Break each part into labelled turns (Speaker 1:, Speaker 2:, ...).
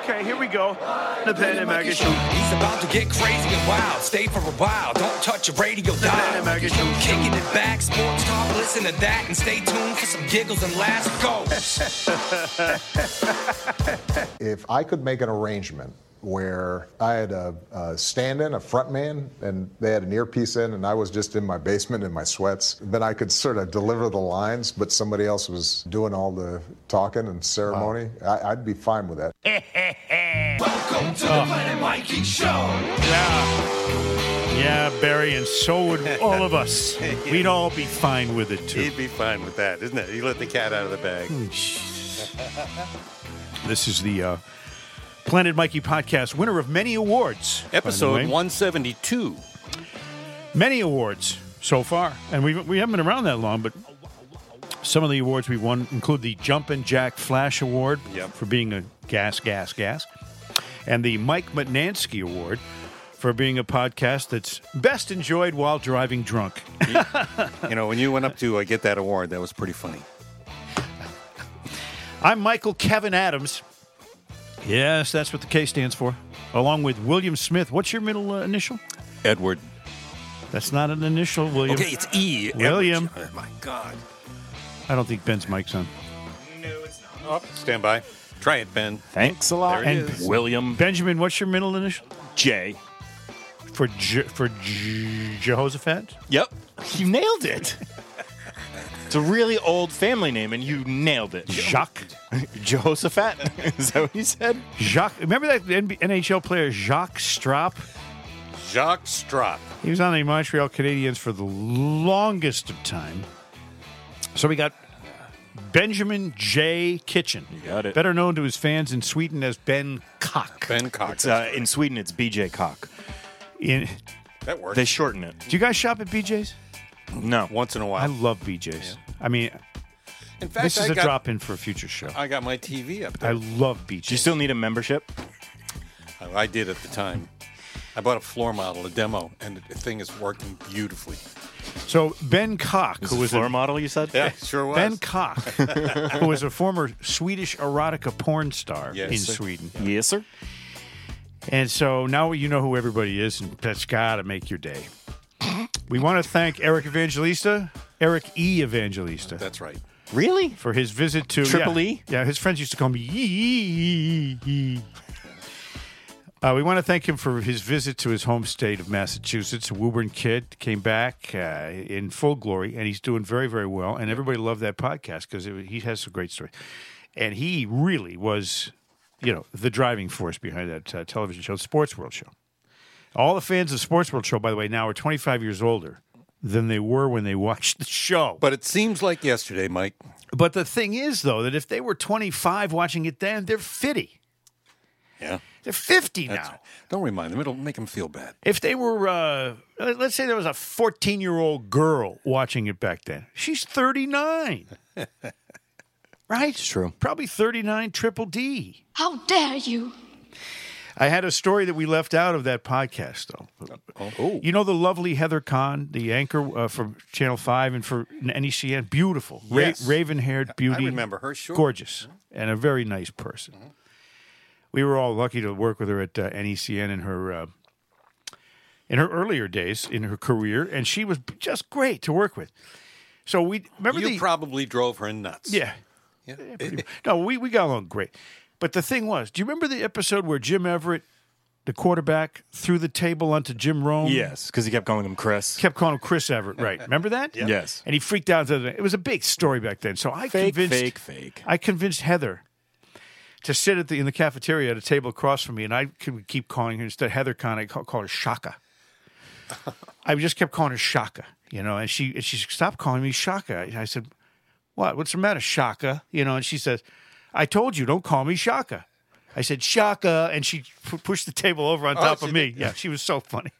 Speaker 1: Okay, here we go. The Pen and Mega Show.
Speaker 2: He's about to get crazy and wild. Stay for a while. Don't touch your radio dial.
Speaker 1: Mega Show.
Speaker 2: Kicking it back, sports talk. Listen to that and stay tuned for some giggles and laughs. Go.
Speaker 3: if I could make an arrangement where I had a, a stand-in, a front man, and they had an earpiece in, and I was just in my basement in my sweats, then I could sort of deliver the lines, but somebody else was doing all the talking and ceremony. I, I'd be fine with that.
Speaker 2: Welcome to the Glenn and Mikey Show.
Speaker 1: Yeah. Yeah, Barry, and so would all of us. We'd all be fine with it, too.
Speaker 4: He'd be fine with that, isn't it? He let the cat out of the bag.
Speaker 1: Hmm. This is the uh, Planet Mikey podcast, winner of many awards. by the way.
Speaker 4: Episode 172.
Speaker 1: Many awards so far. And we, we haven't been around that long, but some of the awards we won include the Jumpin' Jack Flash Award
Speaker 4: Yep.
Speaker 1: for being a gas, gas, gas, and the Mike Matnansky Award for being a podcast that's best enjoyed while driving drunk.
Speaker 4: You know, when you went up to uh, get that award, that was pretty funny.
Speaker 1: I'm Michael Kevin Adams. Yes, that's what the K stands for. Along with William Smith. What's your middle uh, initial?
Speaker 4: Edward.
Speaker 1: That's not an initial, William.
Speaker 4: Okay, it's E.
Speaker 1: William.
Speaker 4: Edward. Oh, my God.
Speaker 1: I don't think Ben's mic's on.
Speaker 4: Oh, stand by. Try it, Ben.
Speaker 5: Thanks a lot.
Speaker 4: There it
Speaker 1: And- is.
Speaker 5: William
Speaker 1: Benjamin, what's your middle initial
Speaker 5: J.
Speaker 1: for Je- for Je- Jehoshaphat?
Speaker 4: Yep.
Speaker 5: You nailed it. It's a really old family name, and you nailed it.
Speaker 1: Jacques.
Speaker 5: Jehoshaphat. Is that what you said?
Speaker 1: Jacques. Remember that NB- NHL player Jacques Strop?
Speaker 4: Jacques Strop.
Speaker 1: He was on the Montreal Canadiens for the longest of time. So we got Benjamin J. Kitchen. You
Speaker 5: got it.
Speaker 1: Better known to his fans in Sweden as Ben Cock.
Speaker 4: Ben Cox.
Speaker 5: It's, uh, in Sweden, it's BJ Cock.
Speaker 1: In-
Speaker 4: that works.
Speaker 5: They shorten it.
Speaker 1: do you guys shop at BJ's?
Speaker 5: No.
Speaker 4: Once in a
Speaker 1: I
Speaker 4: while.
Speaker 1: love BJ's. I mean,
Speaker 4: in fact,
Speaker 1: this is
Speaker 4: I
Speaker 1: a
Speaker 4: got,
Speaker 1: drop in for a future show. I,
Speaker 4: I got my TV up there.
Speaker 1: love BJ's.
Speaker 5: Do you still need a membership?
Speaker 4: I, I did at the time. I bought a floor model, a demo, and the thing is working beautifully.
Speaker 1: so Ben Cock, who
Speaker 5: Who
Speaker 1: was
Speaker 5: was
Speaker 1: a
Speaker 5: floor model? You said.
Speaker 4: Yeah, sure was.
Speaker 1: Ben Koch, who was a former Swedish erotica porn star
Speaker 4: Yes.
Speaker 1: in Sweden.
Speaker 5: Yes, sir.
Speaker 1: And so now you know who everybody is, and that's got to make your day. We want to thank Eric Evangelista, Eric E. Evangelista,
Speaker 4: That's right.
Speaker 5: Really?
Speaker 1: for his visit to
Speaker 5: Triple
Speaker 1: yeah,
Speaker 5: E?
Speaker 1: Yeah, his friends used to call me Yee. Uh, we want to thank him for his visit to his home state of Massachusetts. A Woburn kid came back uh, in full glory, and he's doing very, very well. And everybody loved that podcast because he has some great stories. And he really was, you know, the driving force behind that uh, television show, Sports World Show. All the fans of Sports World Show, by the way, now are 25 years older than they were when they watched the show.
Speaker 4: But it seems like yesterday, Mike.
Speaker 1: But the thing is, though, that if they were 25 watching it then, they're 50.
Speaker 4: Yeah.
Speaker 1: They're 50
Speaker 4: That's
Speaker 1: now.
Speaker 4: right. Don't remind them. It'll make them feel bad.
Speaker 1: If they were, uh, let's say there was a 14 year old girl watching it back then, she's 39. right? It's
Speaker 5: true.
Speaker 1: Probably 39 triple D.
Speaker 6: How dare you?
Speaker 1: I had a story that we left out of that podcast, though.
Speaker 4: Oh.
Speaker 1: You know the lovely Heather Kahn, the anchor uh, for Channel 5 and for NECN? Beautiful.
Speaker 4: Yes.
Speaker 1: Raven haired beauty.
Speaker 4: remember her, sure. Mm-hmm.
Speaker 1: Gorgeous. And a very nice person. We were all lucky to work with her at uh, NECN in her. Uh, in her earlier days in her career, and she was just great to work with. So we remember
Speaker 4: You
Speaker 1: the
Speaker 4: probably drove her nuts.
Speaker 1: yeah. Yeah, pretty much. no, we, we got along great. But the thing was, do you remember the episode where Jim Everett, the quarterback, threw the table onto Jim Rome?
Speaker 5: Yes, because he kept calling him Chris.
Speaker 1: Kept calling him Chris Everett, right? Remember that?
Speaker 5: Yes.
Speaker 1: And he freaked out. The other day. It was a big story back then. So I
Speaker 5: Fake,
Speaker 1: convinced
Speaker 5: fake, fake.
Speaker 1: I convinced Heather to sit at the in the cafeteria at a table across from me, and I could keep calling her instead of Heather Con. I call, call her Shaka. I just kept calling her Shaka, you know, and she and she stopped calling me Shaka. And I said, "What? What's the matter, Shaka?" You know, and she says, "I told you, don't call me Shaka." I said, "Shaka," and she pu- pushed the table over
Speaker 5: Oh,
Speaker 1: on top of
Speaker 4: she
Speaker 1: me.
Speaker 4: did.
Speaker 1: Yeah, she was so funny,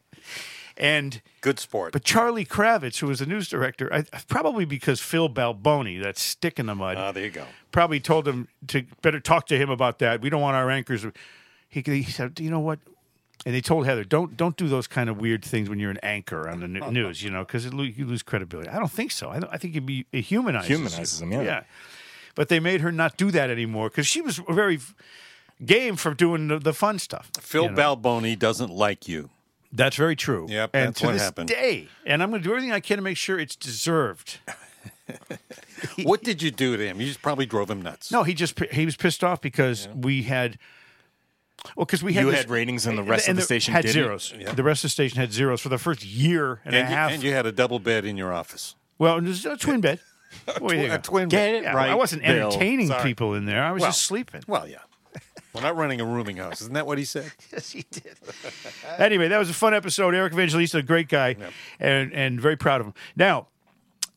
Speaker 1: and.
Speaker 4: Good sport.
Speaker 1: But Charlie Kravitz, who was the news director, I, probably because Phil Balboni, that stick in the mud,
Speaker 4: Ah, there you go.
Speaker 1: probably told him to better talk to him about that. We don't want our anchors. He, he said, you know what? And they told Heather, don't don't do those kind of weird things when you're an anchor on the n- news, you know, because you lose credibility. I don't think so. I, don't, I think it'd be it humanizes you.
Speaker 5: Humanizes them, yeah.
Speaker 1: But they made her not do that anymore because she was very game from doing the, the fun stuff.
Speaker 4: Phil
Speaker 1: you know?
Speaker 4: Balboni doesn't like you.
Speaker 1: That's very true.
Speaker 4: Yep,
Speaker 1: and
Speaker 4: that's
Speaker 1: to
Speaker 4: what
Speaker 1: this
Speaker 4: happened.
Speaker 1: day, and I'm going to do everything I can to make sure it's deserved.
Speaker 4: What did you do to him? You just probably drove him nuts.
Speaker 1: No, he just he was pissed off because we had. Well, because we had
Speaker 5: You
Speaker 1: this-
Speaker 5: had ratings and the rest of the station
Speaker 1: had
Speaker 5: didn't?
Speaker 1: zeros. The rest of the station had zeros for the first year and,
Speaker 4: and,
Speaker 1: a
Speaker 4: you,
Speaker 1: half.
Speaker 4: and you had a double bed in your office.
Speaker 1: well, it was a twin bed. Well, yeah.
Speaker 4: a twin
Speaker 5: Get
Speaker 4: bed.
Speaker 5: it
Speaker 1: Yeah,
Speaker 5: right.
Speaker 1: I wasn't
Speaker 5: Bill.
Speaker 1: entertaining
Speaker 4: Sorry.
Speaker 1: people in there. I was just sleeping.
Speaker 4: Well, yeah. We're not running a rooming house. Isn't that what he said?
Speaker 1: Yes, he did. anyway, that was a fun episode. Eric Evangelista, a great guy, and and very proud of him. Now,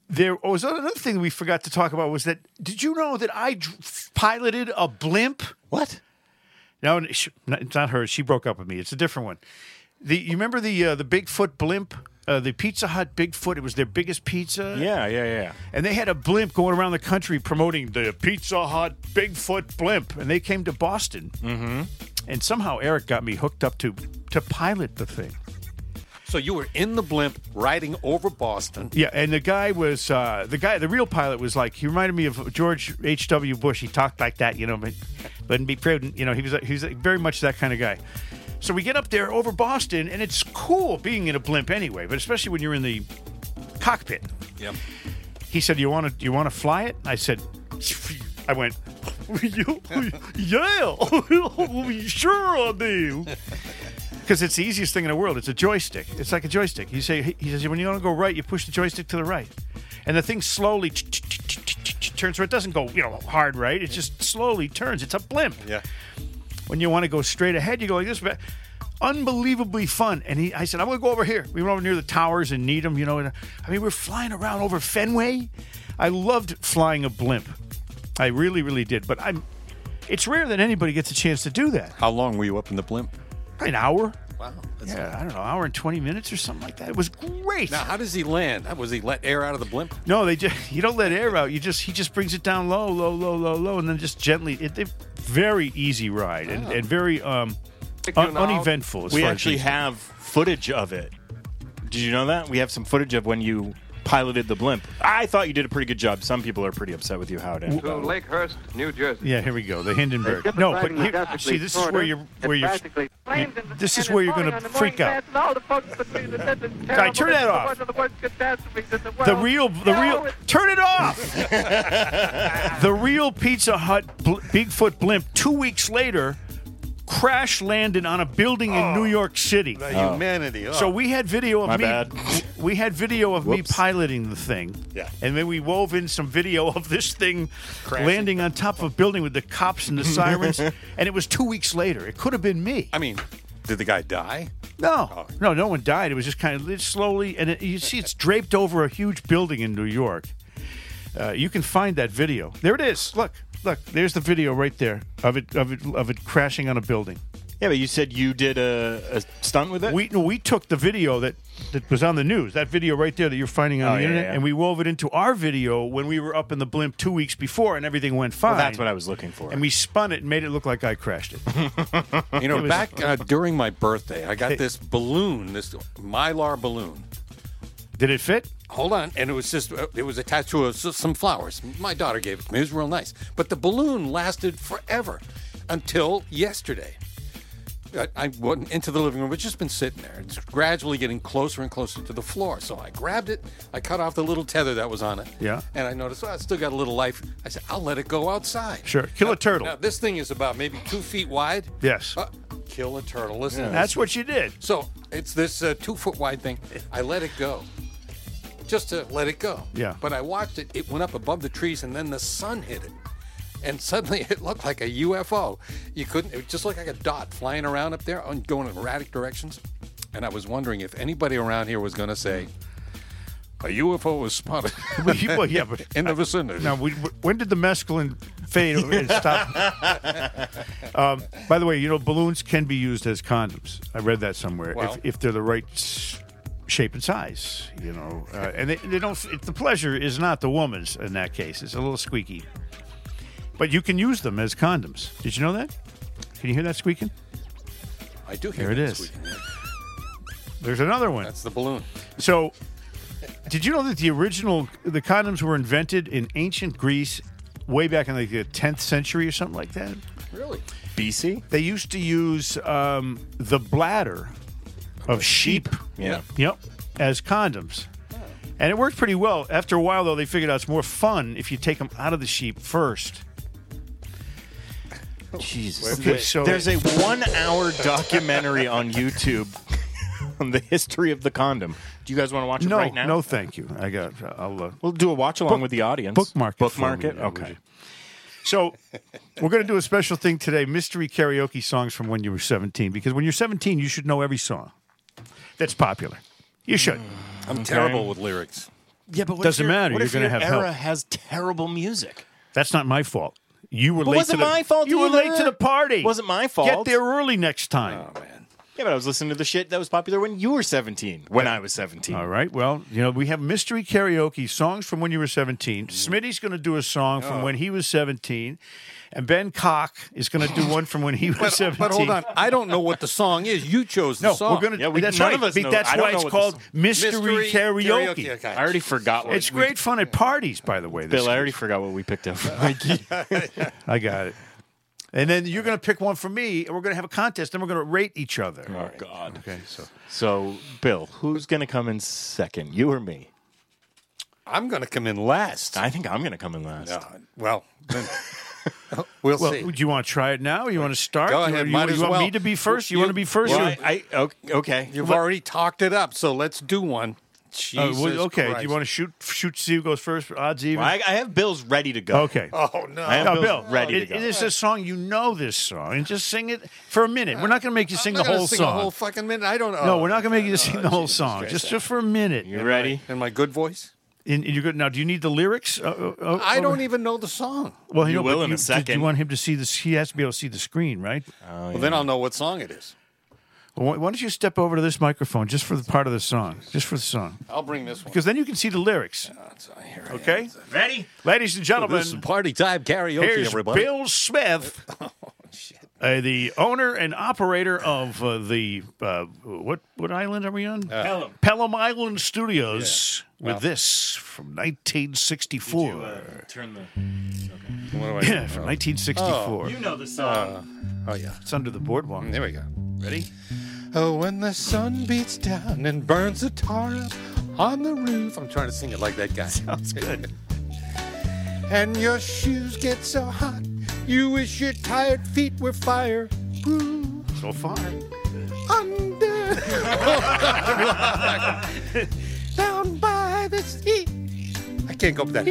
Speaker 1: there was another thing we forgot to talk about was that did you know that I dr- piloted a blimp?
Speaker 4: What?
Speaker 1: No, n- sh- n- it's not her. She broke up with me. It's a different one. The you remember the uh, the Bigfoot blimp, uh, the Pizza Hut Bigfoot. It was their biggest pizza.
Speaker 5: Yeah, yeah, yeah.
Speaker 1: And they had a blimp going around the country promoting the Pizza Hut Bigfoot blimp. And they came to Boston. Mm-hmm. And somehow Eric got me hooked up to to pilot the thing.
Speaker 4: So you were in the blimp riding over Boston.
Speaker 1: Yeah, and the guy was uh, the guy. The real pilot was like he reminded me of George H. W. Bush. He talked like that, you know, but wouldn't be prudent. You know, he was he was very much that kind of guy. So we get up there over Boston, and it's cool being in a blimp anyway, but especially when you're in the cockpit.
Speaker 4: Yep.
Speaker 1: He said, "You want to you want to fly it?" I said, "I went." "You- yeah, sure I do. Because it's the easiest thing in the world. It's a joystick. It's like a joystick. You say he says when you want to go right, you push the joystick to the right, and the thing slowly turns. So it doesn't go you know hard right. It just slowly turns. It's a blimp.
Speaker 4: Yeah.
Speaker 1: When you want to go straight ahead, you go like this. But unbelievably fun. And he, I said, I'm going to go over here. We went over near the towers in Needham. You know, and, uh, I mean, we're flying around over Fenway. I loved flying a blimp. I really, really did. But I'm. It's rare that anybody gets a chance to do that.
Speaker 4: How long were you up in the blimp?
Speaker 1: Probably an hour.
Speaker 4: Wow. That's
Speaker 1: Yeah, I don't know, hour and twenty minutes or something like that. It was great.
Speaker 4: Now, how does he land? Was he let air out of the blimp?
Speaker 1: No, they just you don't let air out. You just he just brings it down low, low, low, low, low, and then just gently. It, it very easy ride
Speaker 4: Ah.
Speaker 1: and, and very um un- uneventful. As
Speaker 5: We
Speaker 1: far as
Speaker 5: actually
Speaker 1: these-
Speaker 5: have footage of it. Did you know that? We have some footage of when you piloted the blimp. I thought you did a pretty good job. Some people are pretty upset with you how it ended.
Speaker 6: to Lakehurst, New Jersey.
Speaker 1: yeah. Here we go. The Hindenburg.
Speaker 6: Skip
Speaker 1: No,
Speaker 6: the
Speaker 1: but
Speaker 6: driving
Speaker 1: here,
Speaker 6: majestically
Speaker 1: see, this is where
Speaker 6: shorter.
Speaker 1: you're
Speaker 6: It
Speaker 1: where you're.
Speaker 6: practically flamed in the
Speaker 1: this is
Speaker 6: sand
Speaker 1: where
Speaker 6: and
Speaker 1: you're gonna
Speaker 6: falling on the
Speaker 1: freak
Speaker 6: morning
Speaker 1: out.
Speaker 6: fast and all the folks between the dead and
Speaker 1: Guy, turn
Speaker 6: terrible.
Speaker 1: that off.
Speaker 6: One of the worst catastrophes in the
Speaker 1: The
Speaker 6: world.
Speaker 1: real, the
Speaker 6: No,
Speaker 1: real.
Speaker 6: it's-
Speaker 1: Turn it off. the real Pizza Hut bl- Bigfoot blimp. Two weeks later, crash landed on a building in New York City.
Speaker 4: Oh. Humanity.
Speaker 1: So we had video of
Speaker 5: My
Speaker 1: me.
Speaker 5: bad.
Speaker 1: We had video of
Speaker 5: Whoops.
Speaker 1: me piloting the thing.
Speaker 4: Yeah.
Speaker 1: And then we wove in some video of this thing landing on top of a building with the cops and the sirens. and it was two weeks later. It could have been me.
Speaker 4: I mean, did the guy die?
Speaker 5: Oh.
Speaker 1: No, no, no one died. It was just kind of it slowly, and it, you see, it's draped over a huge building in New York. Uh, you can find that video. There it is. Look, look. There's the video right there of it of it of it crashing on a building.
Speaker 5: Yeah, but you said you did a, a stunt with it.
Speaker 1: We no, we took the video that that was on the news, that video right there that you're finding on
Speaker 5: Oh,
Speaker 1: the
Speaker 5: yeah,
Speaker 1: internet,
Speaker 5: yeah.
Speaker 1: and we wove it into our video when we were up in the blimp two weeks before, and everything went fine.
Speaker 5: Well, that's what I was looking for.
Speaker 1: And we spun it and made it look like I crashed it.
Speaker 4: You know,
Speaker 1: was-
Speaker 4: back uh, during my birthday, I got this balloon, this mylar balloon.
Speaker 1: Did it fit?
Speaker 4: Hold on, and it was just uh, it was attached to a, s- some flowers. My daughter gave it to me. It was real nice, but the balloon lasted forever until yesterday. I, I went into the living room. It's just been sitting there. It's gradually getting closer and closer to the floor. So I grabbed it. I cut off the little tether that was on it.
Speaker 1: Yeah.
Speaker 4: And I noticed, well, it's still got a little life. I said, I'll let it go outside.
Speaker 1: Sure. Kill
Speaker 4: Now-
Speaker 1: a turtle.
Speaker 4: Now this thing is about maybe two feet wide.
Speaker 1: Yes.
Speaker 4: Uh, kill a turtle. Listen. to this.
Speaker 1: That's what you did.
Speaker 4: So it's this uh, two foot wide thing. I let it go. Just to let it go.
Speaker 1: Yeah.
Speaker 4: But I watched it. It went up above the trees and then the sun hit it. And suddenly it looked like a UFO. You couldn't, it just looked like a dot flying around up there and going in erratic directions. And I was wondering if anybody around here was going to say, a UFO was spotted
Speaker 1: Well, you- well, yeah, but
Speaker 4: in the vicinity.
Speaker 1: Now, we, when did the mescaline fade over and stop? um, by the way, you know balloons can be used as condoms. I read that somewhere.
Speaker 4: Well-
Speaker 1: if, if they're the right s- shape and size, you know, uh, and they, they don't. It, the pleasure is not the woman's in that case. It's a little squeaky, but you can use them as condoms. Did you know that? Can you hear that squeaking?
Speaker 4: I do hear
Speaker 1: There it
Speaker 4: that
Speaker 1: is.
Speaker 4: squeaking.
Speaker 1: There's another one.
Speaker 4: That's the balloon.
Speaker 1: So, did you know that the original the condoms were invented in ancient Greece way back in like the 10th century or something like that.
Speaker 4: Really?
Speaker 5: BC?
Speaker 1: They used to use um, the bladder of sheep.
Speaker 5: Yeah.
Speaker 1: Yep, as condoms. And it worked pretty well. After a while, though, they figured out it's more fun if you take them out of the sheep first. Oh.
Speaker 5: Jesus.
Speaker 1: Okay, so-
Speaker 5: There's a one hour documentary on YouTube on the history of the condom. Do you guys want to watch it
Speaker 1: No,
Speaker 5: right now?
Speaker 1: no, thank you. I got. I'll. Uh,
Speaker 5: We'll do a watch along with the audience.
Speaker 1: bookmark it for
Speaker 5: Bookmark
Speaker 1: me,
Speaker 5: it?
Speaker 1: yeah, would
Speaker 5: Okay.
Speaker 1: you? So we're going to do a special thing today: mystery karaoke songs from when you were 17. Because when you're 17, you should know every song that's popular. You should.
Speaker 4: I'm terrible with lyrics.
Speaker 5: Yeah, but what
Speaker 1: Doesn't
Speaker 5: if your-
Speaker 1: matter,
Speaker 5: What
Speaker 1: you're
Speaker 5: if
Speaker 1: gonna
Speaker 5: your
Speaker 1: have
Speaker 5: era
Speaker 1: help.
Speaker 5: has terrible music?
Speaker 1: That's not my fault. You were
Speaker 5: But
Speaker 1: late.
Speaker 5: wasn't
Speaker 1: to the,
Speaker 5: my fault
Speaker 1: You were
Speaker 5: either.
Speaker 1: late to the party.
Speaker 5: Wasn't my
Speaker 1: Get
Speaker 5: fault. Oh,
Speaker 1: there early next time.
Speaker 5: Yeah, but I was listening to the shit that was popular when you were 17. When I was 17.
Speaker 1: All right. Well, you know, we have mystery karaoke songs from when you were 17.
Speaker 5: Mm.
Speaker 1: Smitty's going to do a song from
Speaker 5: Oh.
Speaker 1: when he was 17. And Ben Cock is going to do one from when he was
Speaker 5: uh,
Speaker 4: But,
Speaker 1: 17.
Speaker 4: but hold on, I don't know what the song is. You chose the
Speaker 1: No,
Speaker 4: song.
Speaker 1: we're going to.
Speaker 5: Yeah, we-
Speaker 1: that's
Speaker 5: none
Speaker 1: right.
Speaker 5: of us
Speaker 1: Be-
Speaker 5: know-
Speaker 1: That's
Speaker 5: I don't
Speaker 1: why
Speaker 5: know
Speaker 1: it's
Speaker 5: what
Speaker 1: called
Speaker 5: the song-
Speaker 1: mystery, karaoke.
Speaker 4: okay.
Speaker 5: I already forgot what
Speaker 1: It's
Speaker 5: we-
Speaker 1: great fun at parties, by the way. This
Speaker 5: Bill, I already forgot what we picked up for Mikey.
Speaker 1: I got it. And then you're going to pick one for me, and we're going to have a contest. Then we're going to rate each other.
Speaker 5: oh, God.
Speaker 1: Okay, so
Speaker 5: So, Bill, who's going to come in second? You or me?
Speaker 4: I'm going to come in last.
Speaker 5: I think I'm going to come in last.
Speaker 4: Uh, well, then, we'll,
Speaker 1: well,
Speaker 4: see.
Speaker 1: do you want to try it now? You want to start?
Speaker 4: Go
Speaker 1: you,
Speaker 4: ahead,
Speaker 1: you-
Speaker 4: might
Speaker 1: you
Speaker 4: as
Speaker 1: want
Speaker 4: well.
Speaker 1: me to be first? You,
Speaker 4: You-
Speaker 1: want to be first?
Speaker 5: Well,
Speaker 1: or- uh,
Speaker 5: I, I, okay. okay.
Speaker 4: You've already talked it up, so let's do one.
Speaker 1: Uh,
Speaker 4: Jesus
Speaker 1: well, okay. Do
Speaker 4: Christ.
Speaker 1: you want to shoot? Shoot. See who goes first. Odds even.
Speaker 5: I, I have Bill's ready to go.
Speaker 1: Okay.
Speaker 4: Oh no!
Speaker 5: I am
Speaker 1: Now,
Speaker 5: Bill's
Speaker 1: Bill,
Speaker 5: ready
Speaker 1: it,
Speaker 5: to go.
Speaker 1: it is a song. You know this song, and just sing it for a minute. We're not going to make you sing
Speaker 4: I'm not
Speaker 1: the
Speaker 4: gonna
Speaker 1: whole
Speaker 4: sing
Speaker 1: song.
Speaker 4: A whole fucking minute. I don't Oh, know.
Speaker 1: no, we're not going to make you sing the whole song. Just, just for a minute.
Speaker 5: You ready?
Speaker 4: In my good voice,
Speaker 1: And, and you're good. Now, do you need the lyrics? Uh, uh, uh,
Speaker 4: I
Speaker 1: over-
Speaker 4: don't even know the song.
Speaker 1: Well,
Speaker 5: You
Speaker 1: know, but
Speaker 5: will in a
Speaker 1: do- Do
Speaker 5: second.
Speaker 1: you want him to see this? He has to be able to see the screen, right?
Speaker 4: Well, then I'll know what song it is.
Speaker 1: Well, why, why don't you step over to this microphone just for the part of the song, just for the song,
Speaker 4: I'll bring this one.
Speaker 1: because then you can see the lyrics.
Speaker 4: Here I am.
Speaker 1: Okay,
Speaker 5: Ready?
Speaker 1: ladies and gentlemen,
Speaker 4: This is party time karaoke,
Speaker 1: Here's
Speaker 4: everybody.
Speaker 1: Bill Smith,
Speaker 4: Oh,
Speaker 1: uh, the owner and operator of uh, the uh, what what island are we on? Pelham. Pelham Island Studios. With this from 1964.
Speaker 5: Turn the.
Speaker 4: What do uh, I-
Speaker 1: yeah, from 1964.
Speaker 5: know the song.
Speaker 1: Uh,
Speaker 4: oh yeah.
Speaker 1: it's under the boardwalk.
Speaker 4: There we go. Ready? Oh, when the sun beats down and burns the tar up on the roof. I'm trying to sing it like that guy. Sounds good. and your shoes get so hot, you wish your tired feet were fire. Ooh,
Speaker 1: So far.
Speaker 4: under. down by the sea. I can't go up that.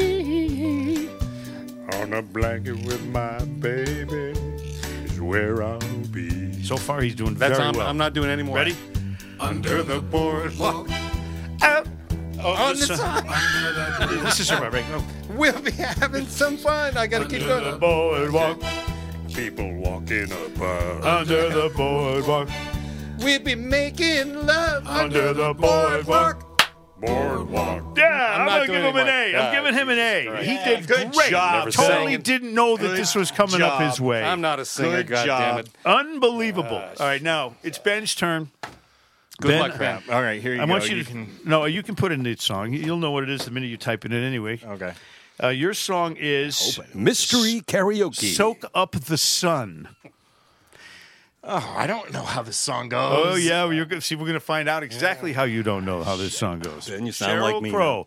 Speaker 4: On a blanket with my baby is where I'll be.
Speaker 1: So far, he's doing
Speaker 4: That's
Speaker 1: very
Speaker 4: I'm,
Speaker 1: well.
Speaker 4: I'm not doing any more.
Speaker 1: Ready?
Speaker 4: Under the boardwalk, out on the side,
Speaker 1: this is about right.
Speaker 4: we'll be having some fun. I gotta keep going.
Speaker 1: boardwalk,
Speaker 4: People walking above.
Speaker 1: uh, under the boardwalk,
Speaker 4: We'll be making love
Speaker 1: Under the boardwalk.
Speaker 4: Boardwalk.
Speaker 1: Yeah,
Speaker 4: I'm
Speaker 1: I'm, gonna
Speaker 4: not
Speaker 1: give
Speaker 4: doing
Speaker 1: him an
Speaker 4: it.
Speaker 1: A. I'm
Speaker 4: Ah,
Speaker 1: giving him an A.
Speaker 4: Christ.
Speaker 1: He did
Speaker 5: Good
Speaker 1: great.
Speaker 5: job.
Speaker 1: Totally
Speaker 4: sang it.
Speaker 1: didn't know that this was coming up his way.
Speaker 4: I'm not a singer.
Speaker 5: Good
Speaker 4: God damn
Speaker 5: job.
Speaker 4: it.
Speaker 1: Unbelievable. All right, now it's Ben's turn.
Speaker 4: Good
Speaker 1: Ben,
Speaker 4: luck, man.
Speaker 5: All right, here you
Speaker 1: I
Speaker 5: go.
Speaker 1: want you, to
Speaker 5: can.
Speaker 1: no. You can put in the song. You'll know what it is the minute you type it in. Anyway,
Speaker 5: Okay.
Speaker 1: uh, your song is
Speaker 4: Mystery karaoke.
Speaker 1: "Soak Up the Sun."
Speaker 5: Oh, I don't know how the song goes.
Speaker 1: Oh yeah, well, you're gonna see. We're gonna find out exactly how you don't know how this song goes.
Speaker 4: Then you sound
Speaker 1: Sheryl
Speaker 4: like me
Speaker 1: Crow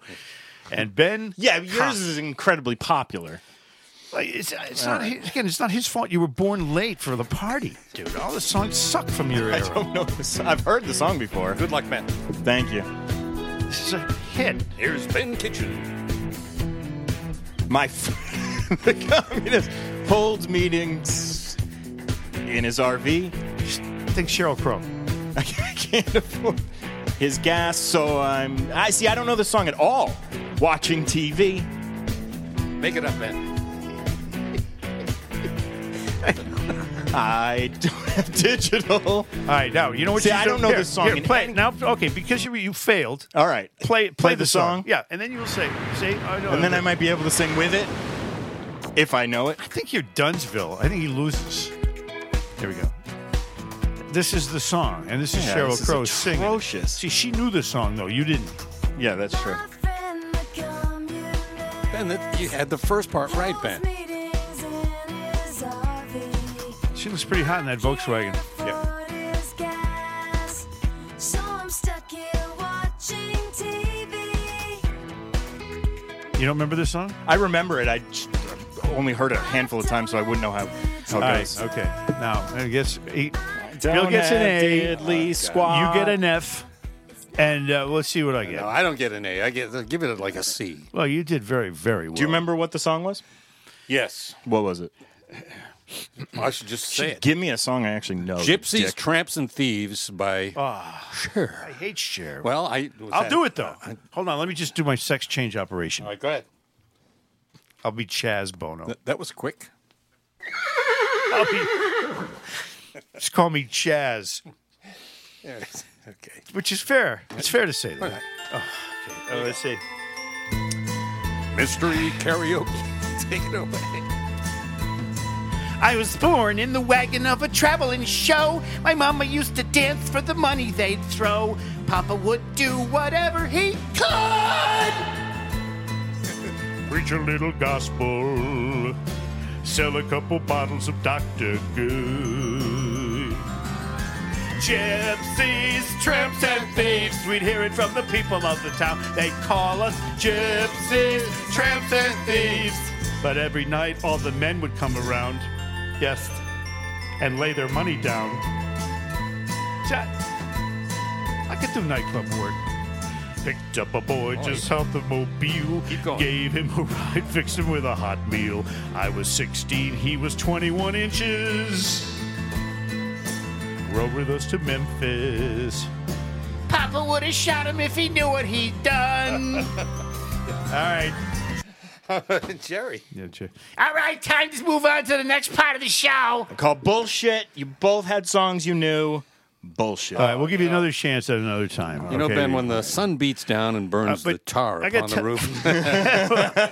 Speaker 1: and Ben.
Speaker 5: Yeah, yours is incredibly popular.
Speaker 1: Like, it's, it's not his, again. It's not his fault. You were born late for the party, dude. All the songs suck from your
Speaker 5: I
Speaker 1: era.
Speaker 5: don't know the song. I've heard the song before.
Speaker 4: Good luck, man.
Speaker 5: Thank you.
Speaker 1: This is a hit.
Speaker 4: Here's Ben Kitchen.
Speaker 5: My f- the communist holds meetings in his RV.
Speaker 1: I think Cheryl Crow.
Speaker 5: I can't afford his gas, so I'm. I see. I don't know the song at all. Watching TV.
Speaker 4: Make it up, Ben.
Speaker 5: I don't have digital.
Speaker 1: All right, now you know what.
Speaker 5: See,
Speaker 1: you
Speaker 5: I
Speaker 1: do?
Speaker 5: don't know
Speaker 1: Here,
Speaker 5: this song
Speaker 1: Here,
Speaker 5: in
Speaker 1: play it.
Speaker 5: any-
Speaker 1: now. Okay, because you you failed.
Speaker 5: All right,
Speaker 1: Play play,
Speaker 5: the, song.
Speaker 1: Yeah, and then you'll say say. oh, I know.
Speaker 5: and then I might be able to sing with it if I know it.
Speaker 1: I think you're Dunsville. I think he loses. Here we go. This is the song, and this is
Speaker 5: Yeah,
Speaker 1: Cheryl
Speaker 5: this is
Speaker 1: Crow singing.
Speaker 5: atrocious.
Speaker 1: See, she knew the song though. You didn't.
Speaker 5: Yeah, that's true.
Speaker 4: Ben, that, you had the first part right, Ben.
Speaker 1: She looks pretty hot in that Volkswagen. You don't remember this song?
Speaker 5: I remember it. I j- only heard it a handful of times, so I wouldn't know how, how it
Speaker 1: All right.
Speaker 5: goes.
Speaker 1: Okay. Now, I guess eight.
Speaker 5: Don't
Speaker 1: Bill gets an
Speaker 5: have
Speaker 1: A.
Speaker 5: diddly
Speaker 1: You
Speaker 5: squat.
Speaker 1: get an F, and uh, let's see what I get.
Speaker 4: No, I don't get an A. I get give it like a C.
Speaker 1: Well, you did very, very well.
Speaker 5: Do you remember what the song was?
Speaker 4: Yes,
Speaker 5: What was it?
Speaker 4: I should just say it.
Speaker 5: Give me a song I actually know.
Speaker 4: Gypsies,
Speaker 5: dick.
Speaker 4: Tramps, and Thieves by.
Speaker 1: I hate Cher.
Speaker 4: well, I.
Speaker 1: I'll do it though. Hold on. Let me just do my sex change operation.
Speaker 4: All right, go ahead.
Speaker 1: I'll be Chaz Bono.
Speaker 4: Th- that was quick.
Speaker 1: I'll be, just call me Chaz,
Speaker 4: okay.
Speaker 1: which is fair. It's fair to say that. Oh, okay. Oh, let's see.
Speaker 4: Mystery karaoke. Take it away.
Speaker 1: I was born in the wagon of a traveling show. My mama used to dance for the money they'd throw. Papa would do whatever he could. Preach a little gospel, sell a couple bottles of Dr. Good. Gypsies, tramps, and thieves, we'd hear it from the people of the town. They call us gypsies, tramps, and thieves. But every night, all the men would come around, yes, and lay their money down. Ja- I could do nightclub work. Picked up a boy just south of Mobile.
Speaker 4: Keep going.
Speaker 1: Gave him a ride, fixed him with a hot meal. I was 16, he was 21 inches. Rode with us to Memphis. Papa would have shot him if he knew what he'd done. All right.
Speaker 4: Jerry.
Speaker 1: Yeah, sure. All right, time to move on to the next part of the show.
Speaker 5: I call bullshit. You both had songs you knew. Bullshit.
Speaker 1: All right, we'll give you another chance at another time.
Speaker 4: You know, Ben, when the sun beats down and burns
Speaker 1: Uh,
Speaker 4: the
Speaker 1: but
Speaker 4: tar
Speaker 1: I gotta
Speaker 4: upon the
Speaker 1: tell-
Speaker 4: roof,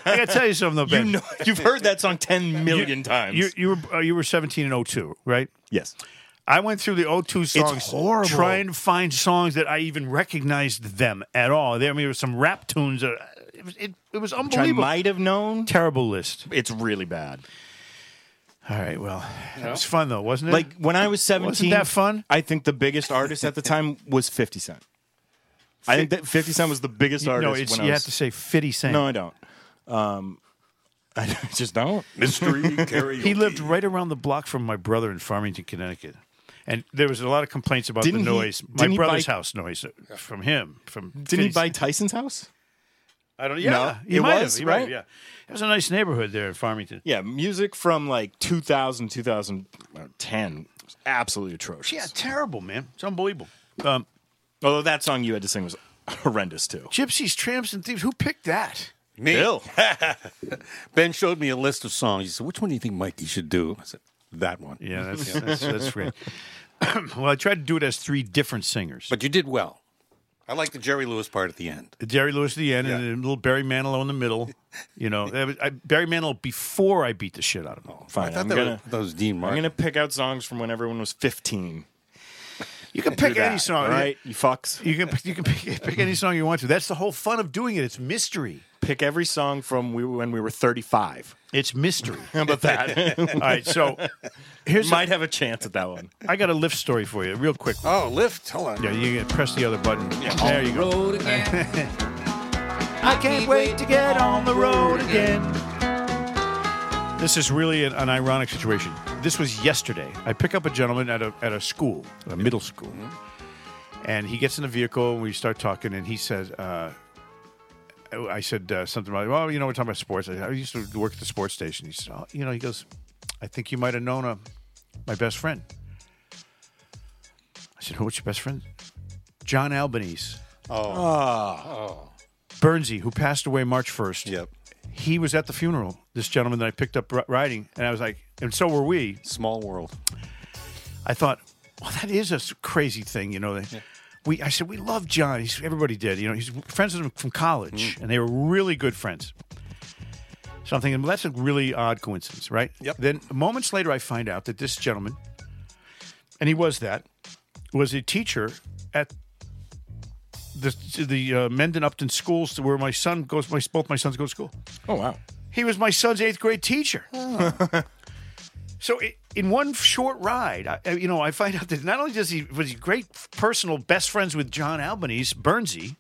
Speaker 1: I gotta tell you something though,
Speaker 5: you
Speaker 1: Ben.
Speaker 5: know, you've heard that song ten million times.
Speaker 1: you, you were uh, you were 17 and 02, right?
Speaker 5: yes.
Speaker 1: I went through the O2 songs,
Speaker 5: horrible.
Speaker 1: trying to find songs that I even recognized them at all. There, I mean, there were some rap tunes. That, it, was- it, it was
Speaker 5: Which I
Speaker 1: unbelievable.
Speaker 5: might have known.
Speaker 1: Terrible list.
Speaker 5: It's really bad.
Speaker 1: All right, well, it was fun though, wasn't it?
Speaker 5: Like when I was 17,
Speaker 1: that fun?
Speaker 5: I think the biggest artist at the time was 50 Cent. I think that 50 Cent was the biggest artist.
Speaker 1: no, it's,
Speaker 5: when
Speaker 1: you
Speaker 5: I was,
Speaker 1: have to say Fitty Cent.
Speaker 5: No, I don't. Um, I just don't.
Speaker 4: mystery karaoke.
Speaker 1: He lived right around the block from my brother in Farmington, Connecticut. And there was a lot of complaints about
Speaker 5: Didn't
Speaker 1: the
Speaker 5: he-
Speaker 1: noise.
Speaker 5: didn't
Speaker 1: my
Speaker 5: he
Speaker 1: brother's
Speaker 5: buy-
Speaker 1: house noise uh, from him. From
Speaker 5: Didn't he
Speaker 1: Finney's-
Speaker 5: buy Tyson's house?
Speaker 1: I don't. Yeah,
Speaker 5: No,
Speaker 1: he
Speaker 5: it
Speaker 1: might
Speaker 5: was,
Speaker 1: have, he might have,
Speaker 5: right?
Speaker 1: yeah, it was a nice neighborhood there in Farmington.
Speaker 5: Yeah, music from like 2000, 2010 was absolutely atrocious.
Speaker 1: Yeah, terrible man. It's unbelievable. Um,
Speaker 5: Although that song you had to sing was horrendous too.
Speaker 1: gypsies, tramps, and thieves. Who picked that?
Speaker 4: Me. ben showed me a list of songs. He said, "Which one do you think Mikey should do?" I said, "That one."
Speaker 1: Yeah, that's that's, that's great. well, I tried to do it as three different singers.
Speaker 4: But you did well. I like the Jerry Lewis part at the end.
Speaker 1: Jerry Lewis at the end and
Speaker 4: Yeah.
Speaker 1: then little Barry Manilow in the middle. You know, that was, I, Barry Manilow before I beat the shit out of him.
Speaker 5: Fine,
Speaker 4: I thought
Speaker 5: I'm
Speaker 4: that,
Speaker 5: gonna-
Speaker 4: was, that was Dean
Speaker 5: I'm
Speaker 4: Martin.
Speaker 5: gonna pick out songs from when everyone was 15.
Speaker 1: You can pick
Speaker 5: Do that,
Speaker 1: any song,
Speaker 5: all right? You fucks.
Speaker 1: You can you can pick, pick any song you want to. That's the whole fun of doing it. It's mystery.
Speaker 5: Pick every song from we, when we were 35.
Speaker 1: It's mystery.
Speaker 5: How about that?
Speaker 1: All right, so here's
Speaker 5: Might have a chance at that one.
Speaker 1: a, I got a lift story for you, real quick.
Speaker 4: Oh, lift. Hold on.
Speaker 1: Yeah, you can press the other button. There you go.
Speaker 2: Road again.
Speaker 1: I can't wait to get on the road again. This is really an, an ironic situation. This was yesterday. I pick up a gentleman at a, at a school, a middle school, and he gets in the vehicle and we start talking. And he says, uh, I said uh, something about, well, you know, we're talking about sports. I, I used to work at the sports station. He said, oh, you know, he goes, I think you might have known uh, my best friend. I said, who? what's your best friend? John Albanese. Oh. Bernsey, who passed away March 1st
Speaker 4: Yep.
Speaker 1: he was at the funeral. This gentleman that I picked up ri- riding, and I was like, and so were we.
Speaker 4: Small world.
Speaker 1: I thought, well, that is a s- crazy thing, you know. that- We, I said, we love John. He's, everybody did, you know. He's friends with him from college, and they were really good friends. So I'm thinking, well, that's a really odd coincidence, right?
Speaker 4: Yep.
Speaker 1: Then moments later, I find out that this gentleman, and he was that, was a teacher at the the uh, Mendon Upton schools where my son goes. My both my sons go to school.
Speaker 5: Oh wow.
Speaker 1: He was my son's eighth grade teacher. So i in one short ride, I, you know, I find out that not only does he was he great personal best friends with John Albanese Bernsey,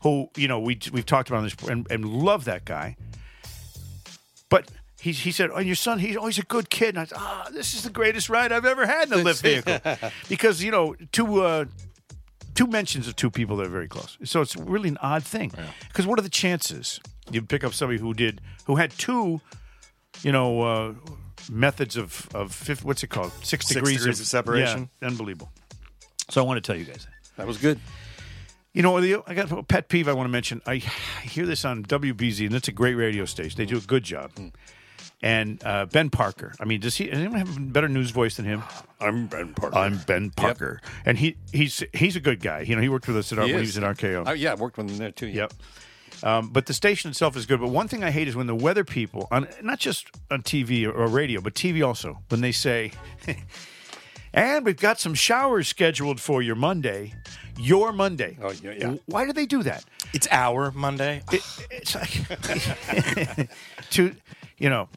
Speaker 1: who you know we we've talked about on this and, and love that guy, but. He, he said, "Oh, your son, he's always a good kid." And I said, "Ah, this is the greatest ride I've ever had in a lift vehicle," because you know, two uh, two mentions of two people that are very close. So it's really an odd thing. Because what are the chances you pick up somebody who did who had two, you know, uh, methods of of fif- what's it called six,
Speaker 5: Six degrees of separation.
Speaker 1: Yeah, unbelievable. So I want to tell you guys that.
Speaker 4: That was good.
Speaker 1: You know, the- I got a pet peeve I want to mention. I hear this on WBZ, and it's a great radio station. They do a good job.
Speaker 4: Hmm.
Speaker 1: And uh, Ben Parker. I mean, does he? Does anyone have a better news voice than him?
Speaker 4: I'm Ben Parker.
Speaker 1: I'm Ben Parker, and he he's he's a good guy. You know, he worked with us at our, when he was at RKO.
Speaker 4: Oh, yeah, I worked with him there too. yeah.
Speaker 1: Yep. Um, but the station itself is good. But one thing I hate is when the weather people, on not just on TV or, or radio, but TV also, when they say, "And we've got some showers scheduled for your Monday, your Monday."
Speaker 4: Oh, yeah, yeah.
Speaker 1: Why do they do that?
Speaker 5: It's our Monday.
Speaker 1: It's like to, you know,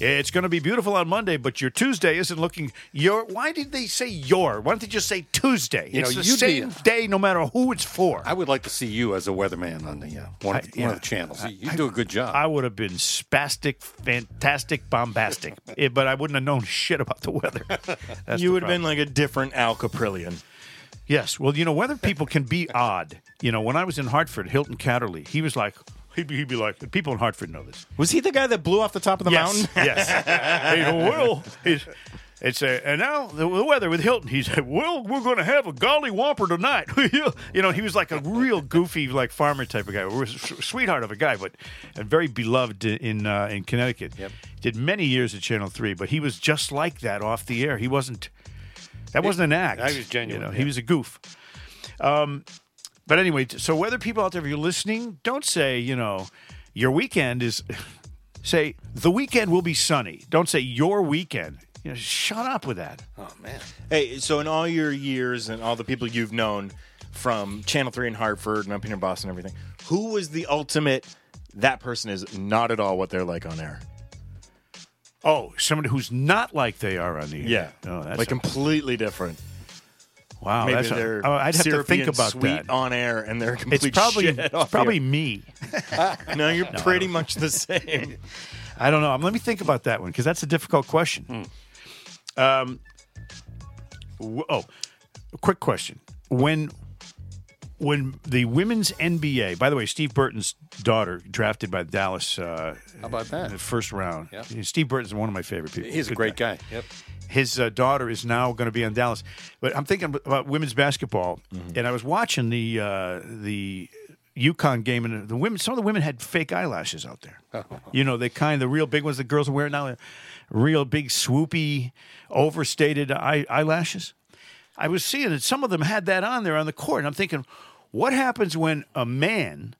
Speaker 1: it's going to be beautiful on Monday, but your Tuesday isn't looking your. Why did they say your? Why don't they just say Tuesday?
Speaker 4: You
Speaker 1: it's
Speaker 4: know,
Speaker 1: the
Speaker 4: you'd be-
Speaker 1: same day, no matter who it's for.
Speaker 4: I would like to see you as a weatherman on the uh, one, of,
Speaker 1: I-
Speaker 4: one
Speaker 1: yeah.
Speaker 4: of the channels. you do a good job.
Speaker 1: I would have been spastic, fantastic, bombastic, Eh, but I wouldn't have known shit about the weather. That's
Speaker 5: you
Speaker 1: the
Speaker 5: would
Speaker 1: problem.
Speaker 5: have been like a different Al Caprillion.
Speaker 1: yes. Well, you know, weather people can be odd. You know, when I was in Hartford, Hilton Catterley, he was like, he'd be, he'd be like, people in Hartford know this.
Speaker 5: Was he the guy that blew off the top of the mountain?
Speaker 1: Yes. He's, well, he's, it's a, and now the, the weather with Hilton. He said, "Well, we're going to have a golly whomper tonight." you know, he was like a real goofy, like farmer type of guy, We're a s- sweetheart of a guy, but and very beloved in uh, in Connecticut. Yep. Did many years at Channel Three, but he was just like that off the air. He wasn't. That wasn't an act.
Speaker 4: I was genuine,
Speaker 1: You know,
Speaker 4: yeah.
Speaker 1: He was a goof. Um, but anyway, t- so whether people out there, if you're listening, don't say, you know, your weekend is. Say the weekend will be sunny. Don't say your weekend. You know, shut up with that.
Speaker 4: oh, man.
Speaker 5: Hey, so in all your years and all the people you've known from Channel 3 in Hartford and up here in Boston and everything, who was the ultimate that person is not at all what they're like on air?
Speaker 1: Oh, somebody who's not like they are on the air.
Speaker 5: No,
Speaker 1: Oh, that's
Speaker 5: like
Speaker 1: a-
Speaker 5: completely different.
Speaker 1: wow.
Speaker 5: Maybe
Speaker 1: that's a-
Speaker 5: they're
Speaker 1: oh, I'd have to
Speaker 5: syrupy
Speaker 1: think
Speaker 5: and
Speaker 1: about
Speaker 5: sweet
Speaker 1: that.
Speaker 5: on air and they're complete
Speaker 1: It's probably
Speaker 5: shit
Speaker 1: it's
Speaker 5: off
Speaker 1: probably
Speaker 5: air.
Speaker 1: me.
Speaker 5: No, you're pretty much the same.
Speaker 1: I don't know. Um, let me think about that one because that's a difficult question.
Speaker 4: Hmm.
Speaker 1: Um, w- oh, a quick question. When when the women's NBA, by the way, Steve Burton's daughter drafted by Dallas uh,
Speaker 4: How about
Speaker 1: in the
Speaker 4: that?
Speaker 1: first round.
Speaker 4: Yeah.
Speaker 1: Steve Burton's one of my favorite people.
Speaker 4: He's a
Speaker 1: Good
Speaker 4: great guy. Yep.
Speaker 1: his uh, daughter is now going to be on Dallas. But I'm thinking about women's basketball, and I was watching the uh, the UConn game, and the women. Some of the women had fake eyelashes out there. you know, they kind the real big ones the girls are wearing now, uh, real big swoopy, overstated eye, eyelashes. I was seeing that some of them had that on there on the court, and I'm thinking, what happens when a man?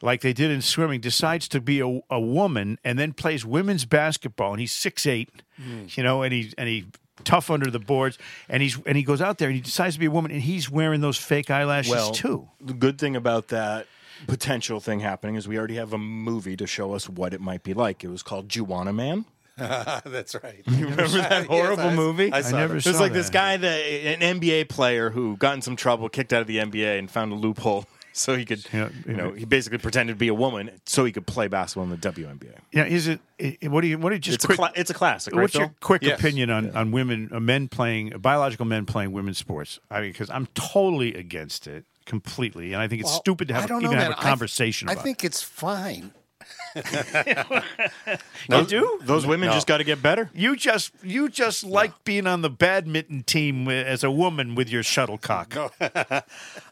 Speaker 1: Like they did in swimming, decides to be a, a woman and then plays women's basketball, and he's six eight,
Speaker 5: Hmm.
Speaker 1: you know, and he and he tough under the boards, and he's and he goes out there and he decides to be a woman, and he's wearing those fake eyelashes too.
Speaker 5: The good thing about that potential thing happening is we already have a movie to show us what it might be like. It was called Juana Man.
Speaker 4: That's right.
Speaker 5: Remember that
Speaker 4: Yes,
Speaker 5: horrible
Speaker 4: I-
Speaker 5: movie?
Speaker 4: I saw
Speaker 1: never
Speaker 5: It
Speaker 1: saw
Speaker 5: was like this
Speaker 1: that.
Speaker 5: guy that an NBA player who got in some trouble, kicked out of the NBA, and found a loophole so he could,
Speaker 1: Yeah,
Speaker 5: you know, he basically pretended to be a woman so he could play basketball in the WNBA.
Speaker 1: Yeah, is it? i- What do you? What do you just?
Speaker 5: It's
Speaker 1: quick,
Speaker 5: a cla- it's a classic, right?
Speaker 1: what's
Speaker 5: Phil?
Speaker 1: your quick
Speaker 4: Yes.
Speaker 1: opinion on on women, uh, men playing biological men playing women's sports? I mean, because I'm totally against it completely, and I think it's stupid to have even have a
Speaker 4: man. I-
Speaker 1: conversation.
Speaker 4: I,
Speaker 1: about
Speaker 4: think it's fine.
Speaker 1: it. you do.
Speaker 5: Those women just got to get better.
Speaker 1: You just you just like being on the badminton team wi- as a woman with your shuttlecock.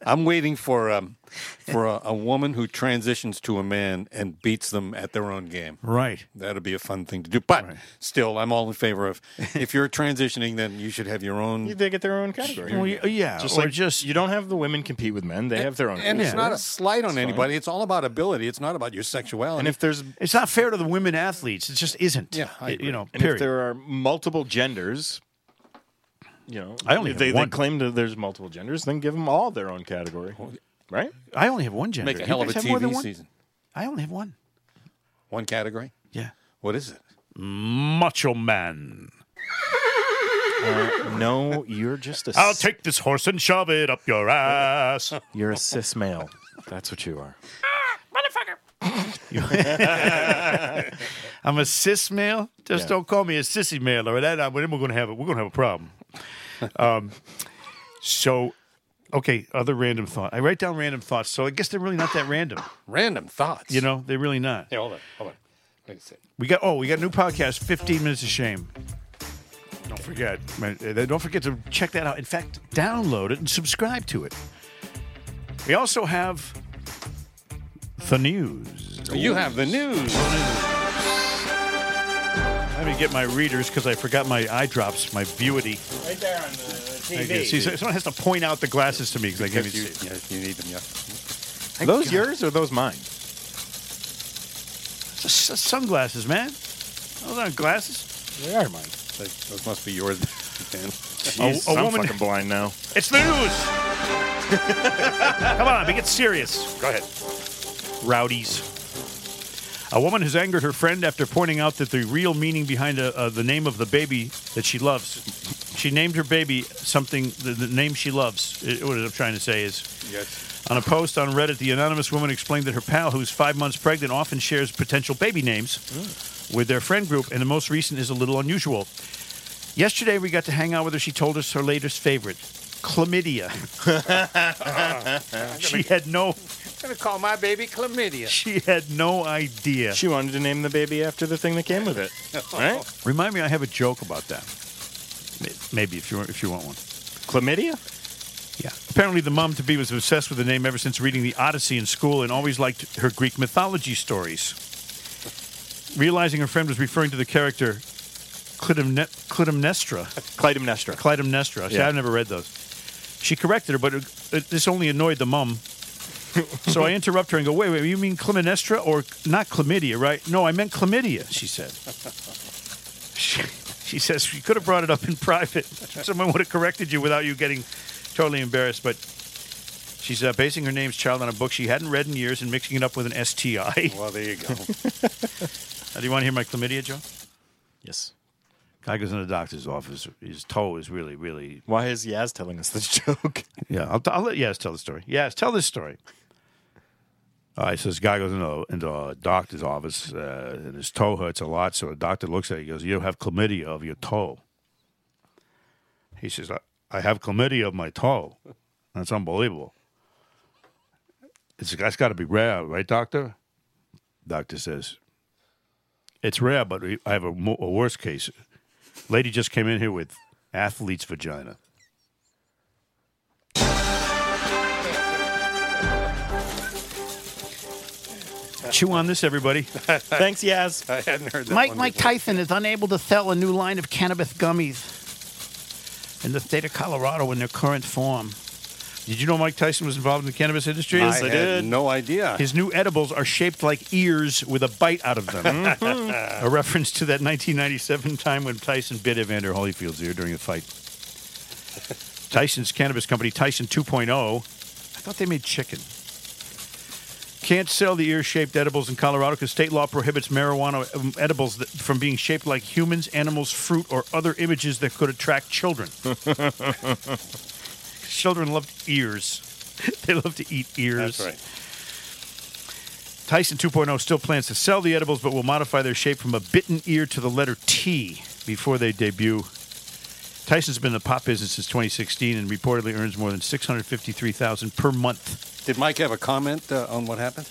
Speaker 4: I'm waiting for um, for a, a woman who transitions to a man and beats them at their own game.
Speaker 1: Right.
Speaker 4: That'd be a fun thing to do. But still, I'm all in favor of if you're transitioning, then you should have your own.
Speaker 5: They get their own category.
Speaker 1: Well, y- yeah.
Speaker 5: just
Speaker 1: or
Speaker 5: like
Speaker 1: just
Speaker 5: you don't have the women compete with men; they have their own.
Speaker 4: And it's
Speaker 1: Yeah.
Speaker 4: not a slight on anybody. It's all about ability. It's not about your sexuality.
Speaker 5: and if there's
Speaker 1: It's not fair to the women athletes. It just isn't.
Speaker 4: Yeah, I
Speaker 1: It-
Speaker 4: agree.
Speaker 1: you know.
Speaker 5: And
Speaker 1: Period.
Speaker 5: if there are multiple genders, you know,
Speaker 1: I only
Speaker 5: if
Speaker 1: have
Speaker 5: they, they
Speaker 1: one.
Speaker 5: claim that there's multiple genders, then give them all their own category, right?
Speaker 1: I only have one gender.
Speaker 4: make a
Speaker 1: You
Speaker 4: hell of a
Speaker 1: guys have more than
Speaker 4: TV
Speaker 1: one?
Speaker 4: season.
Speaker 1: I only have one.
Speaker 4: One category.
Speaker 1: Yeah.
Speaker 4: What is it?
Speaker 1: Macho Man.
Speaker 5: No, you're just a.
Speaker 1: I'll take this horse and shove it up your ass.
Speaker 5: You're a cis male. That's what you are.
Speaker 1: I'm a cis male. Just
Speaker 5: Yeah.
Speaker 1: don't call me a sissy male, or that then we're gonna have a, we're gonna have a problem. Um, so, okay, other random thought. I write down random thoughts, so I guess they're really not that random.
Speaker 4: Random thoughts.
Speaker 1: You know, they're really not.
Speaker 4: Hey, hold on. Hold on. Wait a second.
Speaker 1: We got oh, we got a new podcast, 15 Minutes of Shame. Don't forget. man, uh, Don't forget to check that out. In fact, download it and subscribe to it. We also have the news.
Speaker 4: You have the news.
Speaker 1: Let me get my readers because I forgot my eye drops, my beauty.
Speaker 5: Right there on the, the
Speaker 1: See, so- someone has to point out the glasses to me because I can't even see.
Speaker 4: yes, you need them. Yeah.
Speaker 5: Those yours or those mine?
Speaker 1: S- s- Sunglasses, man. Those aren't glasses.
Speaker 4: They are mine. Those, those must be yours. Dan.
Speaker 5: Jeez,
Speaker 1: a
Speaker 5: I'm
Speaker 1: woman-
Speaker 5: fucking blind now.
Speaker 1: It's the news. Come on, we get serious. Go ahead. Rowdies. A woman has angered her friend after pointing out that the real meaning behind uh uh, the name of the baby that she loves. She named her baby something, the, the name she loves. It- what I'm trying to say is
Speaker 4: Yes.
Speaker 1: On a post on Reddit, the anonymous woman explained that her pal, who's five months pregnant, often shares potential baby names
Speaker 4: Mm.
Speaker 1: with their friend group, and the most recent is a little unusual. Yesterday, we got to hang out with her. She told us her latest favorite, chlamydia. she had no,
Speaker 4: I'm gonna call my baby chlamydia.
Speaker 1: she had no idea.
Speaker 5: She wanted to name the baby after the thing that came with it. Right?
Speaker 1: Remind me, I have a joke about that. May- Maybe if you if you want one.
Speaker 5: Chlamydia?
Speaker 1: Yeah. Apparently, the mom to be was obsessed with the name ever since reading the Odyssey in school and always liked her Greek mythology stories. Realizing her friend was referring to the character Clytemne- Clytemnestra,
Speaker 5: Clytemnestra.
Speaker 1: Clytemnestra. See,
Speaker 5: Yeah.
Speaker 1: I've never read those. She corrected her, but it, it, this only annoyed the mom. so I interrupt her and go, "Wait, wait, you mean Clytemnestra or not chlamydia, right? No, I meant chlamydia." She said. she, she says she could have brought it up in private. Someone would have corrected you without you getting totally embarrassed. But she's uh, basing her name's child on a book she hadn't read in years and mixing it up with an STI.
Speaker 4: Well, there you go.
Speaker 1: Uh, do you want to hear my chlamydia, Joe?
Speaker 5: Yes.
Speaker 1: Guy goes in the doctor's office. His toe is really, really
Speaker 5: Why is Yaz telling us this joke?
Speaker 1: Yeah, I'll, I'll let Yes tell the story. Yes, tell this story. All right, so this guy goes into, into a doctor's office uh, and his toe hurts a lot. So the doctor looks at it and goes, You have chlamydia of your toe. He says, I, I have chlamydia of my toe. That's unbelievable. It's, that's got to be rare, right, doctor? Doctor says, It's rare, but we- I have a, mo- a worse case. Lady just came in here with athlete's vagina. Chew on this, everybody.
Speaker 5: Thanks, Yaz.
Speaker 4: I hadn't heard that.
Speaker 1: Mike
Speaker 4: one
Speaker 1: Mike
Speaker 4: before.
Speaker 1: Tyson is unable to sell a new line of cannabis gummies in the state of Colorado in their current form. Did you know Mike Tyson was involved in the cannabis industry?
Speaker 4: I had no idea.
Speaker 1: His new edibles are shaped like ears with a bite out of them.
Speaker 4: Mm-hmm.
Speaker 1: a reference to that 1997 time when Tyson bit Evander Holyfield's ear during a fight. Tyson's cannabis company, Tyson 2.0, I thought they made chicken. Can't sell the ear shaped edibles in Colorado because state law prohibits marijuana um, edibles that, from being shaped like humans, animals, fruit, or other images that could attract children. children love ears. They love to eat ears.
Speaker 4: That's right.
Speaker 1: Tyson 2.0 still plans to sell the edibles, but will modify their shape from a bitten ear to the letter T before they debut. Tyson's been in the pop business since 2016 and reportedly earns more than 653,000 per month.
Speaker 4: Did Mike have a comment uh, on what happened?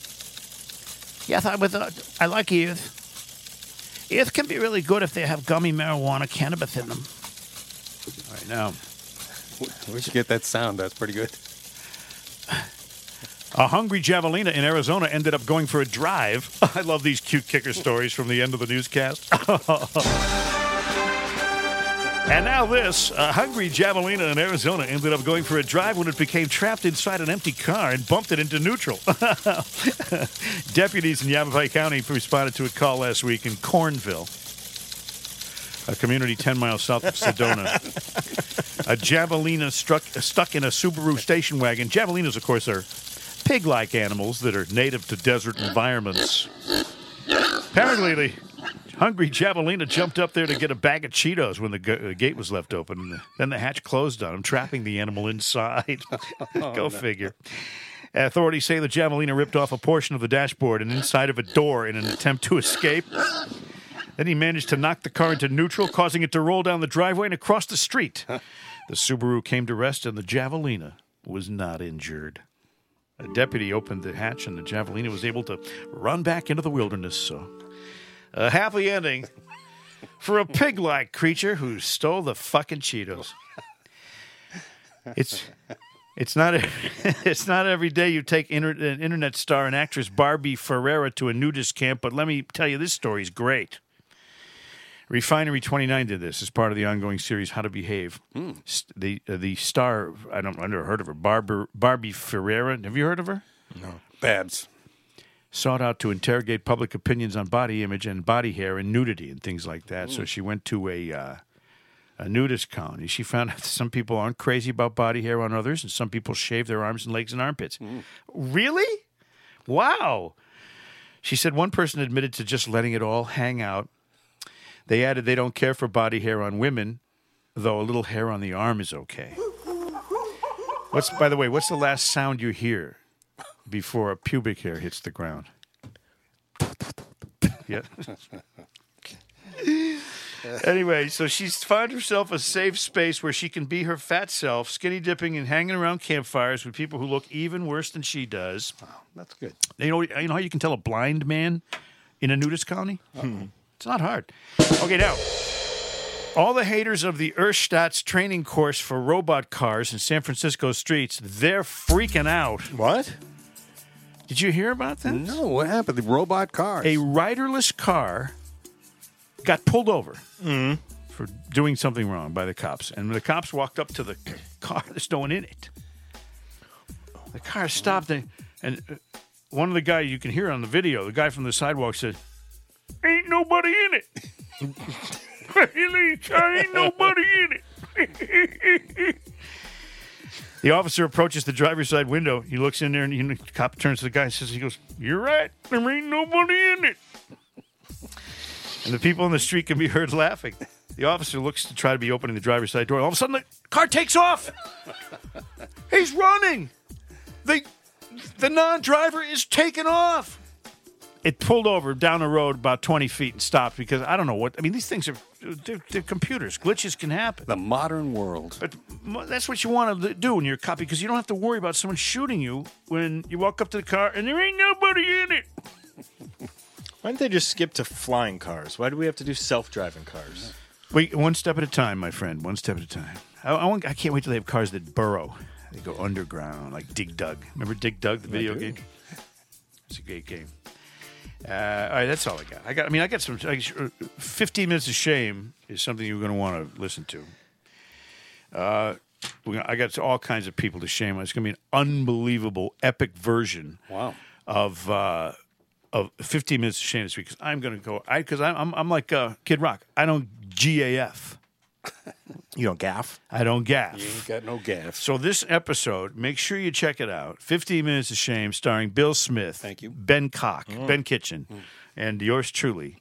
Speaker 1: Yes, I was. Uh, I like ears. Ears can be really good if they have gummy marijuana cannabis in them. All right, now
Speaker 4: We should get that sound. That's pretty good.
Speaker 1: A hungry javelina in Arizona ended up going for a drive. I love these cute kicker stories from the end of the newscast. and now this, a hungry javelina in Arizona ended up going for a drive when it became trapped inside an empty car and bumped it into neutral. Deputies in Yavapai County responded to a call last week in Cornville, a community 10 miles south of Sedona. a javelina struck, stuck in a Subaru station wagon. Javelinas, of course, are pig like animals that are native to desert environments. Apparently, the, Hungry javelina jumped up there to get a bag of Cheetos when the g- uh, gate was left open. And then the hatch closed on him, trapping the animal inside. Go figure. Authorities say the javelina ripped off a portion of the dashboard and inside of a door in an attempt to escape. Then he managed to knock the car into neutral, causing it to roll down the driveway and across the street. The Subaru came to rest, and the javelina was not injured. A deputy opened the hatch, and the javelina was able to run back into the wilderness. So, a happy ending for a pig like creature who stole the fucking Cheetos. It's. It's not, e-, it's not every day you take inter, an internet star and actress Barbie Ferreira to a nudist camp, but let me tell you, this story is great. Refinery 29 did this as part of the ongoing series How to Behave. S- The uh, the star, I don't, I never heard of her, Barber, Barbie Ferreira. Have you heard of her?
Speaker 4: Babs.
Speaker 1: Sought out to interrogate public opinions on body image and body hair and nudity and things like that. So she went to a uh, a nudist colony. She found out that some people aren't crazy about body hair on others, and some people shave their arms and legs and armpits. Really? Wow. She said one person admitted to just letting it all hang out. They added they don't care for body hair on women, though a little hair on the arm is okay. What's by the way, what's the last sound you hear before a pubic hair hits the ground? Yeah. anyway, so she's found herself a safe space where she can be her fat self, skinny dipping and hanging around campfires with people who look even worse than she does.
Speaker 4: That's good.
Speaker 1: You know, you know how you can tell a blind man in a nudist colony?
Speaker 4: Uh-huh.
Speaker 1: It's not hard. Okay, now, all the haters of the Erstadt's training course for robot cars in San Francisco streets, they're freaking out.
Speaker 4: What?
Speaker 1: Did you hear about that?
Speaker 4: No, what happened? The robot cars.
Speaker 1: A riderless car got pulled over
Speaker 4: Mm-hmm.
Speaker 1: for doing something wrong by the cops. And when the cops walked up to the car, there's no one in it. The car stopped, and, and uh, one of the guys you can hear on the video, the guy from the sidewalk said, Ain't nobody in it. Really, there ain't nobody in it. The officer approaches the driver's side window. He looks in there, and he- the cop turns to the guy and says, "He goes, you're right. There ain't nobody in it." and the people in the street can be heard laughing. The officer looks to try to be opening the driver's side door. All of a sudden, the car takes off. He's running. The the non-driver is taken off. It pulled over down the road about 20 feet and stopped because I don't know what. I mean, these things are they're, they're computers. Glitches can happen.
Speaker 4: the modern world.
Speaker 1: But mo- that's what you want to do when you're a cop because you don't have to worry about someone shooting you when you walk up to the car and there ain't nobody in it.
Speaker 5: Why didn't they just skip to flying cars? Why do we have to do self-driving cars?
Speaker 1: Wait, one step at a time, my friend. One step at a time. I, I, want, I can't wait till they have cars that burrow. They go underground, like Dig Dug. Remember Dig Dug, the video game? It's a great game. Uh, all right, that's all I got. I got. I mean, I got some. I, guess, uh, Fifteen minutes of shame is something you're going to want to listen to. Uh, we're gonna, I got all kinds of people to shame. It's going to be an unbelievable, epic version.
Speaker 4: Wow.
Speaker 1: Of uh, of 15 minutes of shame this week because I'm going to go. I because I'm, I'm I'm like uh, Kid Rock. I don't GAF.
Speaker 5: You don't gaff.
Speaker 1: I don't gaff.
Speaker 4: Ain't got no gas.
Speaker 1: So this episode, make sure you check it out. 15 Minutes of Shame starring Bill Smith.
Speaker 4: Thank you.
Speaker 1: Ben Cock, Ben Kitchen, and yours truly.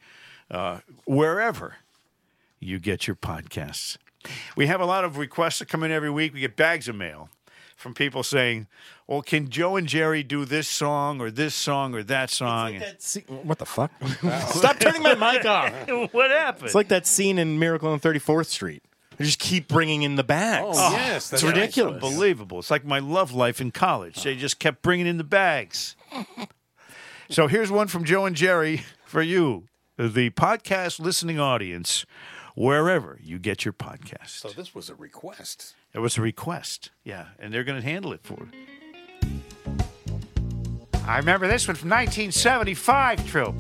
Speaker 1: Uh, wherever you get your podcasts. We have a lot of requests that come in every week. We get bags of mail from people saying, well, can Joe and Jerry do this song or this song or that song?
Speaker 5: what the fuck? Stop turning my mic off.
Speaker 1: And what happened?
Speaker 5: It's like that scene in Miracle on 34th Street. They just keep bringing in the bags.
Speaker 4: Oh, yes, that's
Speaker 5: it's ridiculous.
Speaker 1: Unbelievable. It's like my love life in college. They just kept bringing in the bags. so here's one from Joe and Jerry for you, the podcast listening audience, wherever you get your podcast.
Speaker 4: So this was a request.
Speaker 1: It was a request. Yeah, and they're going to handle it for you. I remember this one from 1975, Trill.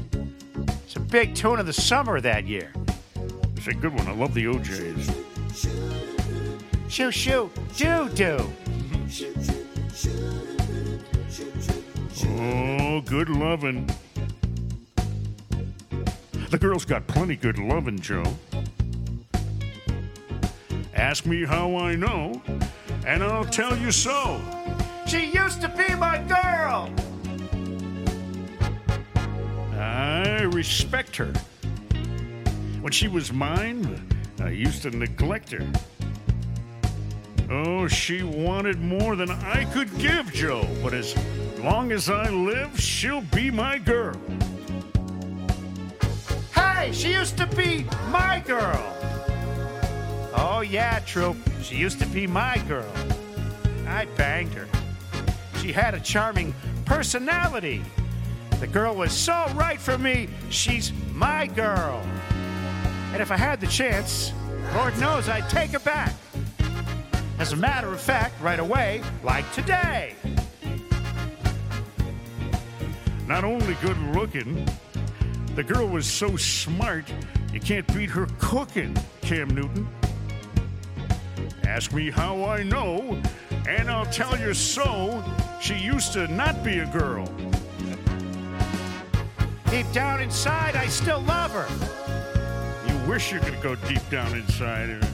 Speaker 1: It's a big tune of the summer that year. It's a good one. I love the OJs. Shoo, shoo, doo, doo. Oh, good lovin'. The girl's got plenty good lovin', Joe. Ask me how I know, and I'll tell you so. She used to be my girl. I respect her. When she was mine, I used to neglect her. Oh, she wanted more than I could give, Joe. But as long as I live, she'll be my girl. Hey, she used to be my girl. Oh, yeah, Troop. She used to be my girl. I banged her. She had a charming personality. The girl was so right for me. She's my girl. And if I had the chance, Lord knows I'd take her back. As a matter of fact, right away, like today. Not only good looking, the girl was so smart, you can't beat her cooking, Cam Newton. Ask me how I know, and I'll tell you so. She used to not be a girl. Deep down inside, I still love her. You wish you could go deep down inside her.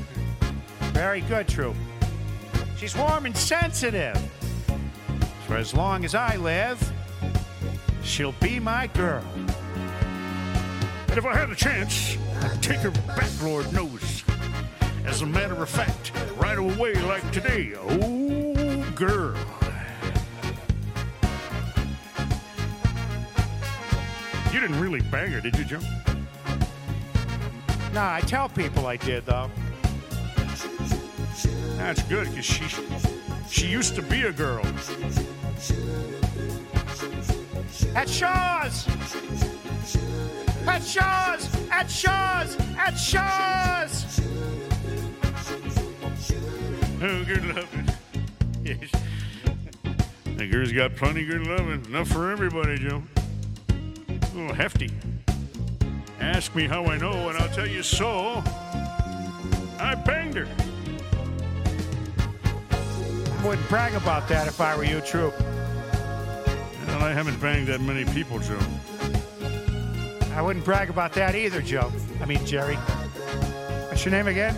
Speaker 1: Very good, Troop. She's warm and sensitive. For as long as I live, she'll be my girl. And if I had a chance, I'd take her back, Lord knows. As a matter of fact, right away like today. Oh, girl. You didn't really bang her, did you, Joe? Nah, I tell people I did, though. That's good, because she, she used to be a girl. At Shaw's! At Shaw's! At Shaw's! At Shaw's! Oh, good loving. Yes. That girl's got plenty good loving. Enough for everybody, Joe. A little hefty. Ask me how I know, and I'll tell you so. I banged her. Wouldn't brag about that if I were you, Troop. Well, I haven't banged that many people, Joe. I wouldn't brag about that either, Joe. I mean, Jerry. What's your name again?